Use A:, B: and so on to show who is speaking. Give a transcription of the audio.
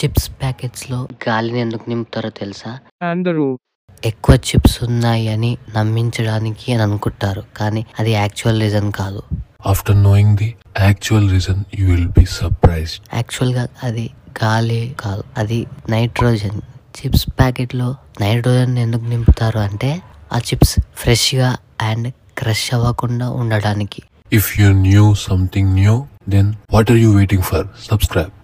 A: Chips ప్యాకెట్స్లో గాలిని ఎందుకు నింపుతారో తెలుసా
B: అందరూ
A: ఎక్కువ చిప్స్ ఉన్నాయి అని నమ్మించడానికి అని అనుకుంటారు కానీ అది యాక్చువల్ రీజన్ కాదు
C: After knowing the actual reason, you will be surprised.
A: యాక్చువల్గా అది గాలి కాదు అది నైట్రోజన్ చిప్స్ ప్యాకెట్లో నైట్రోజన్ ఎందుకు నింపుతారు అంటే ఆ చిప్స్ ఫ్రెష్గా అండ్ క్రష్ అవ్వకుండా ఉండడానికి
C: If you knew something new, then what are you waiting for? Subscribe.